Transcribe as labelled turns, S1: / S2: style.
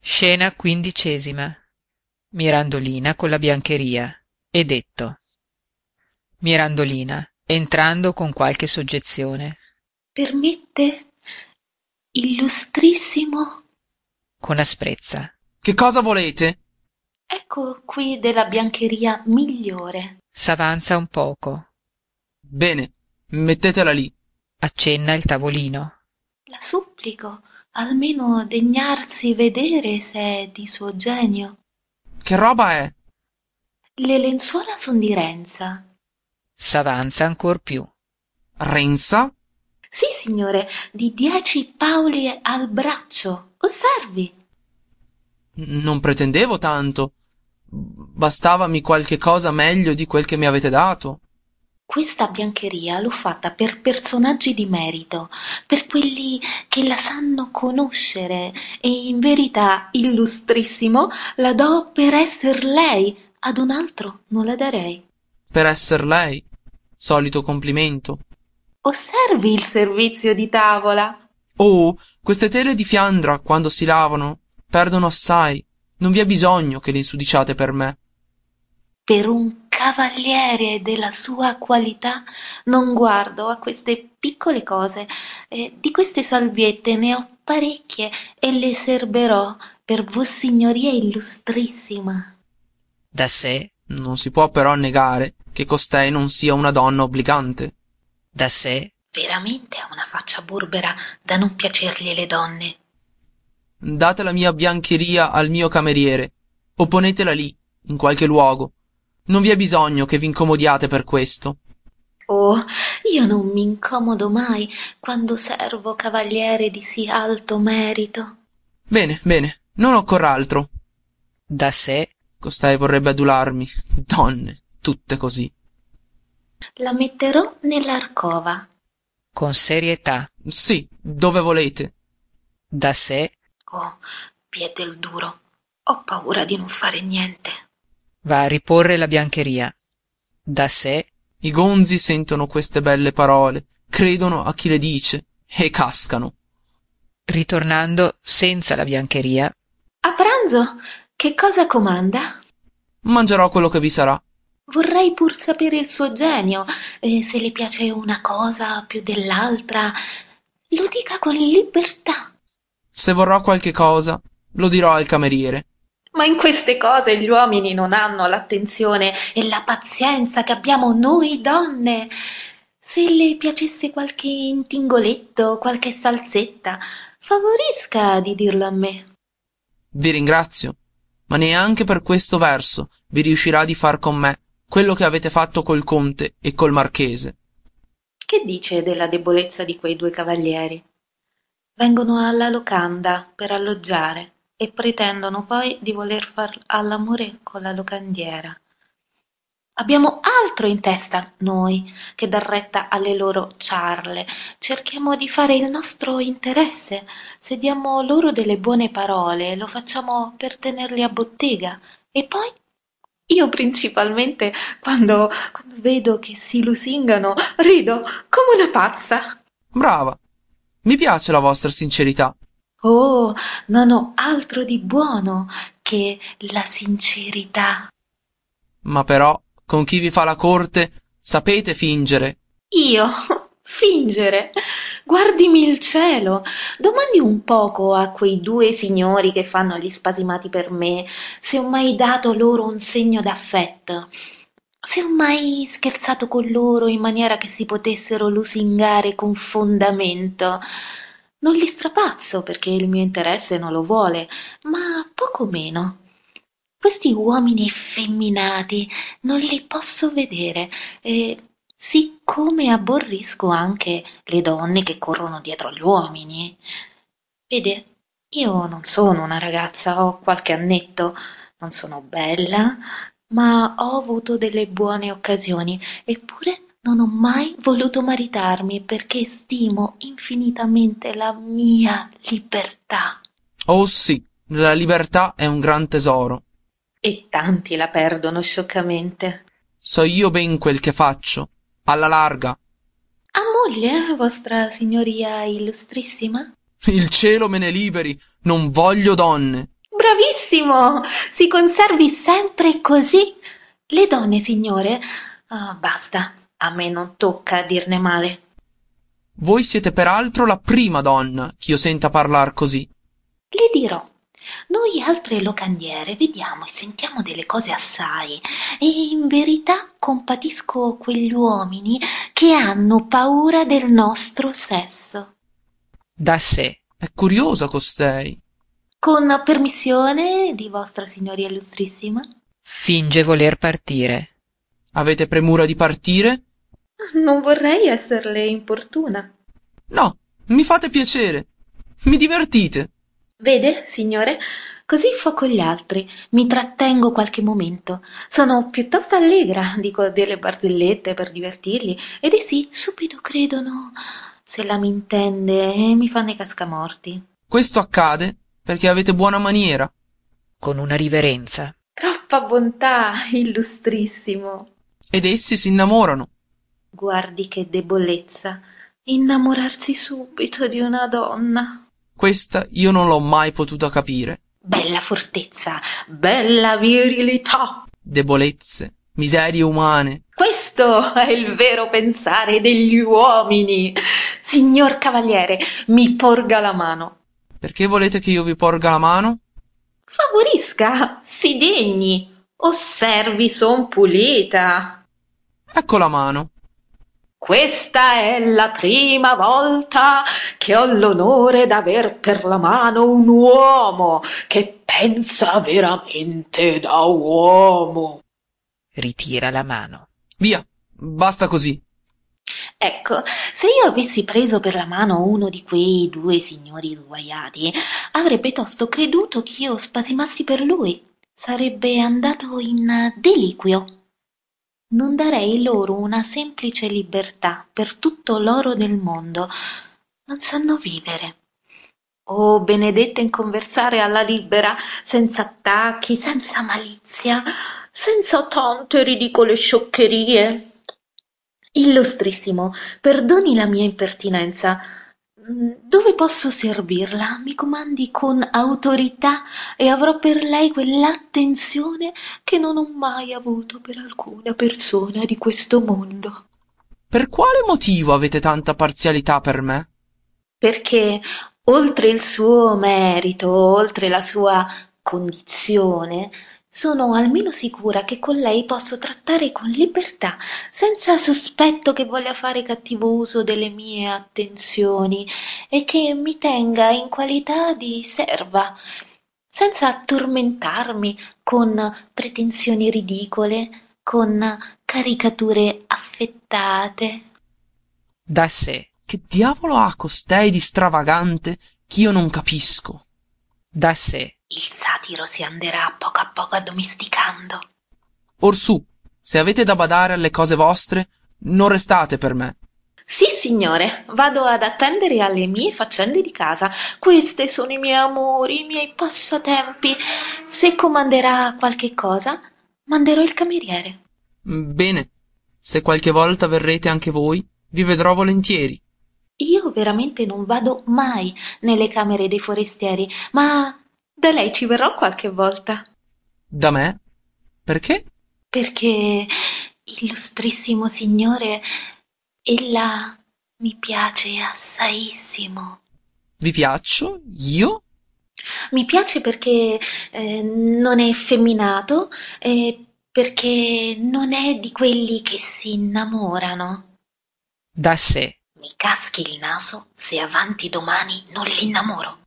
S1: scena quindicesima mirandolina con la biancheria e detto mirandolina entrando con qualche soggezione
S2: permette illustrissimo
S1: con asprezza
S3: che cosa volete
S2: ecco qui della biancheria migliore
S1: s'avanza un poco
S3: bene mettetela lì
S1: accenna il tavolino
S2: la supplico almeno degnarsi vedere se è di suo genio
S3: che roba è
S2: le lenzuola son di renza
S1: s'avanza ancor più
S3: renza
S2: sì signore di dieci paoli al braccio osservi
S3: non pretendevo tanto bastavami qualche cosa meglio di quel che mi avete dato
S2: questa biancheria l'ho fatta per personaggi di merito, per quelli che la sanno conoscere e in verità, illustrissimo, la do per esser lei, ad un altro non la darei.
S3: Per esser lei. Solito complimento.
S2: Osservi il servizio di tavola.
S3: Oh, queste tele di Fiandra, quando si lavano, perdono assai. Non vi è bisogno che le insudiciate per me.
S2: Per un cavaliere della sua qualità non guardo a queste piccole cose. Eh, di queste salviette ne ho parecchie e le serberò per vossignoria illustrissima.
S1: Da sé
S3: non si può però negare che costei non sia una donna obbligante.
S1: Da sé
S2: Veramente ha una faccia burbera da non piacergli le donne.
S3: Date la mia biancheria al mio cameriere o ponetela lì, in qualche luogo, non vi è bisogno che vi incomodiate per questo.
S2: Oh, io non mi incomodo mai quando servo cavaliere di sì alto merito.
S3: Bene, bene, non occorre altro.
S1: da sé
S3: Costei vorrebbe adularmi. Donne, tutte così.
S2: La metterò nell'arcova.
S1: con serietà
S3: Sì, dove volete.
S1: da sé
S2: Oh, piede il duro. Ho paura di non fare niente.
S1: va a riporre la biancheria da sé
S3: I gonzi sentono queste belle parole, credono a chi le dice e cascano.
S1: ritornando senza la biancheria
S2: A pranzo, che cosa comanda?
S3: Mangerò quello che vi sarà.
S2: Vorrei pur sapere il suo genio, eh, se le piace una cosa più dell'altra. Lo dica con libertà.
S3: Se vorrò qualche cosa, lo dirò al cameriere.
S2: Ma in queste cose gli uomini non hanno l'attenzione e la pazienza che abbiamo noi donne. Se le piacesse qualche intingoletto, qualche salsetta, favorisca di dirlo a me.
S3: Vi ringrazio, ma neanche per questo verso vi riuscirà di far con me quello che avete fatto col conte e col marchese.
S2: Che dice della debolezza di quei due cavalieri? Vengono alla locanda per alloggiare e pretendono poi di voler far all'amore con la locandiera. Abbiamo altro in testa noi che dar retta alle loro ciarle. Cerchiamo di fare il nostro interesse. Se diamo loro delle buone parole, lo facciamo per tenerli a bottega. E poi io principalmente quando, quando vedo che si lusingano rido come una pazza.
S3: Brava. Mi piace la vostra sincerità.
S2: Oh, non ho altro di buono che la sincerità.
S3: Ma però, con chi vi fa la corte, sapete fingere.
S2: Io? Fingere? Guardimi il cielo. Domandi un poco a quei due signori che fanno gli spasimati per me se ho mai dato loro un segno d'affetto. Se ho mai scherzato con loro in maniera che si potessero lusingare con fondamento. Non li strapazzo perché il mio interesse non lo vuole, ma poco meno. Questi uomini effeminati non li posso vedere e siccome aborrisco anche le donne che corrono dietro agli uomini. Vede, io non sono una ragazza, ho qualche annetto, non sono bella, ma ho avuto delle buone occasioni, eppure non ho mai voluto maritarmi perché stimo infinitamente la mia libertà.
S3: Oh sì, la libertà è un gran tesoro.
S2: E tanti la perdono scioccamente.
S3: So io ben quel che faccio. Alla larga.
S2: A moglie, vostra signoria illustrissima?
S3: Il cielo me ne liberi. Non voglio donne.
S2: Bravissimo! Si conservi sempre così. Le donne, signore. Ah, basta, a me non tocca dirne male.
S3: Voi siete peraltro la prima donna ch'io senta parlar così.
S2: Le dirò. Noi altre locandiere vediamo e sentiamo delle cose assai e in verità compatisco quegli uomini che hanno paura del nostro sesso.
S1: Da sé.
S3: È curiosa costei.
S2: Con permissione di vostra signoria illustrissima?
S1: Finge voler partire.
S3: Avete premura di partire?
S2: Non vorrei esserle importuna.
S3: No, mi fate piacere. Mi divertite.
S2: Vede, signore, così fo con gli altri, mi trattengo qualche momento. Sono piuttosto allegra, dico delle barzellette per divertirli, ed essi subito credono, se la mi intende, e mi fanno i cascamorti.
S3: Questo accade perché avete buona maniera.
S1: Con una riverenza.
S2: Troppa bontà, illustrissimo.
S3: Ed essi si innamorano.
S2: Guardi che debolezza. Innamorarsi subito di una donna.
S3: Questa io non l'ho mai potuta capire.
S2: Bella fortezza, bella virilità.
S3: Debolezze, miserie umane.
S2: Questo è il vero pensare degli uomini. Signor cavaliere, mi porga la mano.
S3: Perché volete che io vi porga la mano?
S2: Favorisca, si degni. Osservi, son pulita.
S3: Ecco la mano.
S2: Questa è la prima volta che ho l'onore d'aver per la mano un uomo che pensa veramente da uomo.
S1: Ritira la mano.
S3: Via, basta così.
S2: Ecco, se io avessi preso per la mano uno di quei due signori sguaiati, avrebbe tosto creduto che io spasimassi per lui. Sarebbe andato in deliquio. Non darei loro una semplice libertà per tutto l'oro del mondo. Non sanno vivere. Oh, benedetta in conversare alla libera, senza attacchi, senza malizia, senza tante ridicole scioccherie. Illustrissimo, perdoni la mia impertinenza. Mm, Dove posso servirla? Mi comandi con autorità e avrò per lei quell'attenzione che non ho mai avuto per alcuna persona di questo mondo.
S3: Per quale motivo avete tanta parzialità per me?
S2: Perché oltre il suo merito, oltre la sua condizione, sono almeno sicura che con lei posso trattare con libertà, senza sospetto che voglia fare cattivo uso delle mie attenzioni e che mi tenga in qualità di serva, senza tormentarmi con pretensioni ridicole, con caricature affettate.
S1: Da sé.
S3: Che diavolo ha costei di stravagante ch'io non capisco?
S1: Da sé.
S2: Il satiro si anderà a poco a poco addomesticando.
S3: Orsù, se avete da badare alle cose vostre, non restate per me.
S2: Sì, signore, vado ad attendere alle mie faccende di casa. Questi sono i miei amori, i miei passatempi. Se comanderà qualche cosa, manderò il cameriere.
S3: Mm, Bene, se qualche volta verrete anche voi, vi vedrò volentieri.
S2: Io veramente non vado mai nelle camere dei forestieri, ma da lei ci verrò qualche volta.
S3: Da me? Perché?
S2: Perché, illustrissimo signore, ella mi piace assaissimo.
S3: Vi piaccio? Io?
S2: Mi piace perché eh, non è effeminato e perché non è di quelli che si innamorano.
S1: Da sé.
S2: Mi caschi il naso se avanti domani non l'innamoro.